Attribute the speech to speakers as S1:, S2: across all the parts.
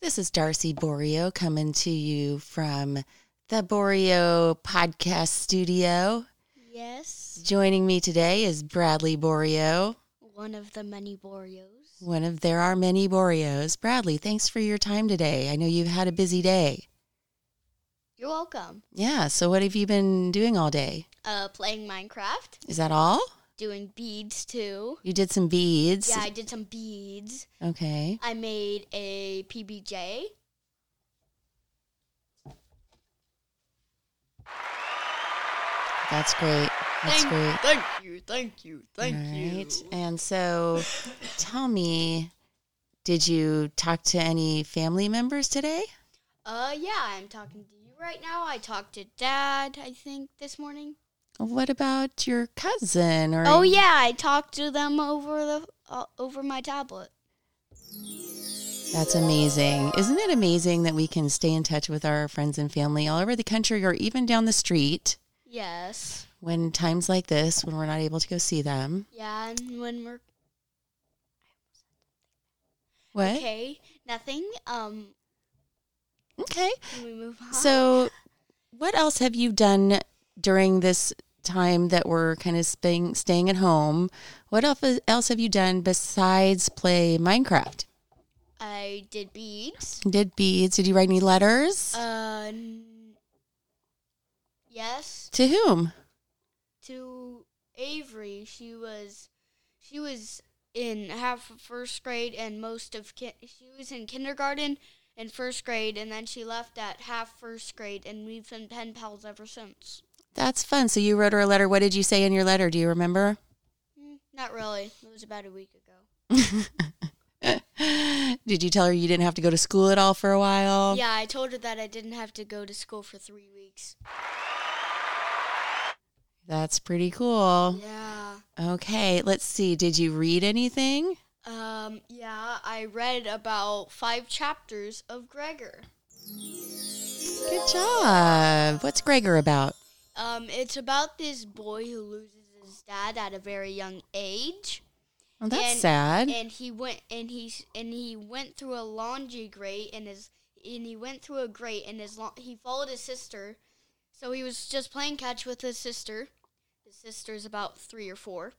S1: This is Darcy Borio coming to you from the Borio Podcast Studio.
S2: Yes,
S1: Joining me today is Bradley Borio,
S2: one of the many Boreos.
S1: one of There Are Many Borios. Bradley, thanks for your time today. I know you've had a busy day.
S2: You're welcome.
S1: Yeah, so what have you been doing all day?
S2: Uh, playing Minecraft,
S1: Is that all?
S2: doing beads too.
S1: You did some beads.
S2: Yeah, I did some beads.
S1: Okay.
S2: I made a PBJ.
S1: That's great. That's
S2: thank,
S1: great.
S2: Thank you, thank you, thank
S1: Right.
S2: you.
S1: And so tell me, did you talk to any family members today?
S2: Uh, yeah, I'm talking to you right now. I talked to Dad, I think, this morning.
S1: What about your cousin or
S2: Oh yeah, I talked to them over the uh, over my tablet.
S1: That's amazing. Isn't it amazing that we can stay in touch with our friends and family all over the country or even down the street
S2: Yes.
S1: when times like this when we're not able to go see them?
S2: Yeah, and when we're
S1: What? Okay.
S2: okay, nothing. Um, can we move on?
S1: So what else have you done during this time that we're kind of staying staying at home? What else else have you done besides play Minecraft?
S2: I did beads.
S1: Did beads? Did you write any letters?
S2: Uh, n- yes.
S1: to whom?
S2: To Avery, she was, she was in half of first grade and most of ki- she was in kindergarten and first grade, and then she left at half first grade, and we've been pen pals ever since.
S1: That's fun. So you wrote her a letter. What did you say in your letter? Do you remember?
S2: Mm, not really. It was about a week ago.
S1: Did you tell her you didn't have to go to school at all for a while?
S2: Yeah, I told her that I didn't have to go to school for three weeks.
S1: That's pretty cool.
S2: Yeah.
S1: Okay, let's see. Did you read anything?
S2: Um, yeah, I read about five chapters of Gregor.
S1: Good job. What's Gregor about?
S2: Um, it's about this boy who loses his dad at a very young age,
S1: Well, Oh, that's
S2: And-
S1: sad.
S2: and he went and he s- and he went through a laundry grate and his and he went through a grate and his la- he followed his sister, so he was just playing catch with his sister. His sister's about three or four,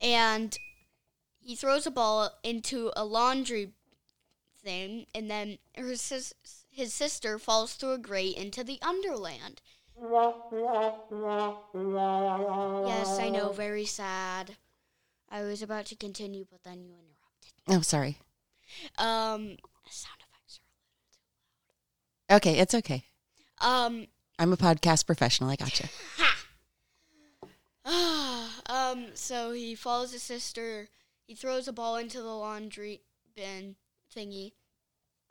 S2: and he throws a ball into a laundry thing, and then her sis- his sister falls through a grate into the underland. Yes, I know, very sad. I was about to continue, but then you interrupted.
S1: oh, sorry.
S2: Um, sound effects
S1: Okay, it's okay.
S2: are. Um,
S1: I'm a podcast professional. I gotcha.
S2: um, so he follows his sister. He throws a ball into the laundry bin thingy,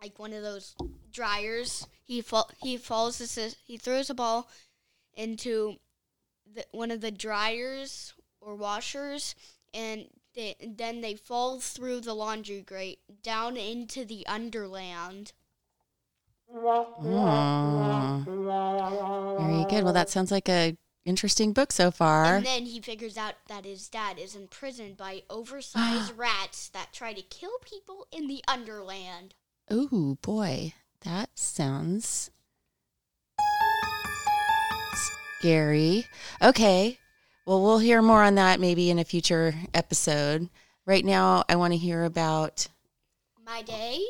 S2: like one of those dryers. He fall. He follows his. sis- He throws a ball into the, one of the dryers or washers, and they, then they fall through the laundry grate down into the underland.
S1: Mm. Very good. Well, that sounds like a interesting book so far.
S2: And then he figures out that his dad is imprisoned by oversized rats that try to kill people in the underland.
S1: Ooh, boy, that sounds scary. Okay. Well, we'll hear more on that maybe in a future episode. Right now, I want to hear about.
S2: My day.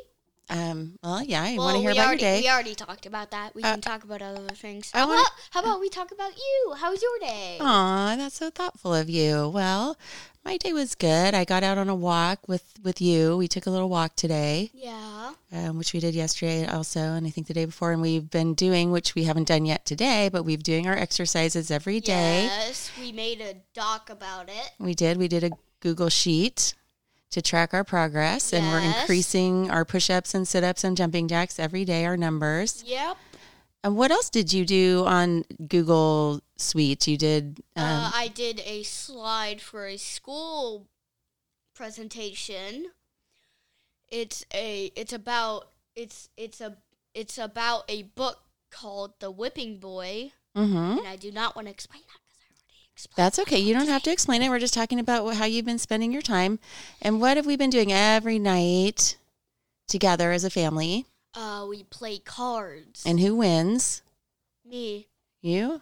S1: Um, well, yeah, I
S2: well,
S1: want to hear
S2: we
S1: about
S2: already
S1: your
S2: we
S1: day.
S2: already talked about that. We
S1: Uh,
S2: can talk about other things.
S1: I
S2: How
S1: wanna- Oh.
S2: about, how about we talk about you? How was your day?
S1: Aw, that's so thoughtful of you. Well, my day was good. I got out on a walk with with you. We took a little walk today.
S2: Yeah.
S1: um, which we did yesterday also, and I think the day before. And we've been doing, which we haven't done yet today, but we've doing our exercises every day.
S2: Yes, we made a doc about it.
S1: We did. We did a Google sheet to track our progress, and we're
S2: Yes.
S1: increasing our push-ups and sit-ups and jumping jacks every day. Our numbers.
S2: Yep.
S1: And what else did you do on Google Suite? You did. Um,
S2: uh, I did a slide for a school presentation. It's a it's about it's it's a it's about a book called The Whipping Boy,
S1: mhm.
S2: and I do not want to explain that because I already explained.
S1: That's okay. You don't have to explain it. We're just talking about wh- how you've been spending your time, and what have we been doing every night together as a family?
S2: Uh, we play cards.
S1: And who wins?
S2: me
S1: You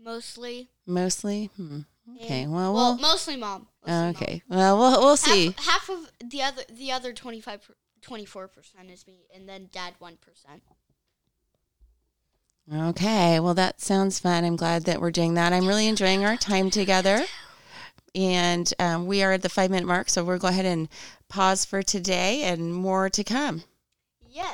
S2: mostly.
S1: mostly. Hmm. Okay.
S2: and-
S1: Well,
S2: well,
S1: we'll.
S2: mostly mom. Mostly mom.
S1: okay. Well, we'll we'll
S2: Half-
S1: see.
S2: Half, of the other the other 25 24 percent is me, and then dad one percent.
S1: Okay. Well, that sounds fun. I'm glad that we're doing that. I'm really enjoying our time together. And um, we are at the five minute mark, so we'll go ahead and pause for today and more to come.
S2: Yes.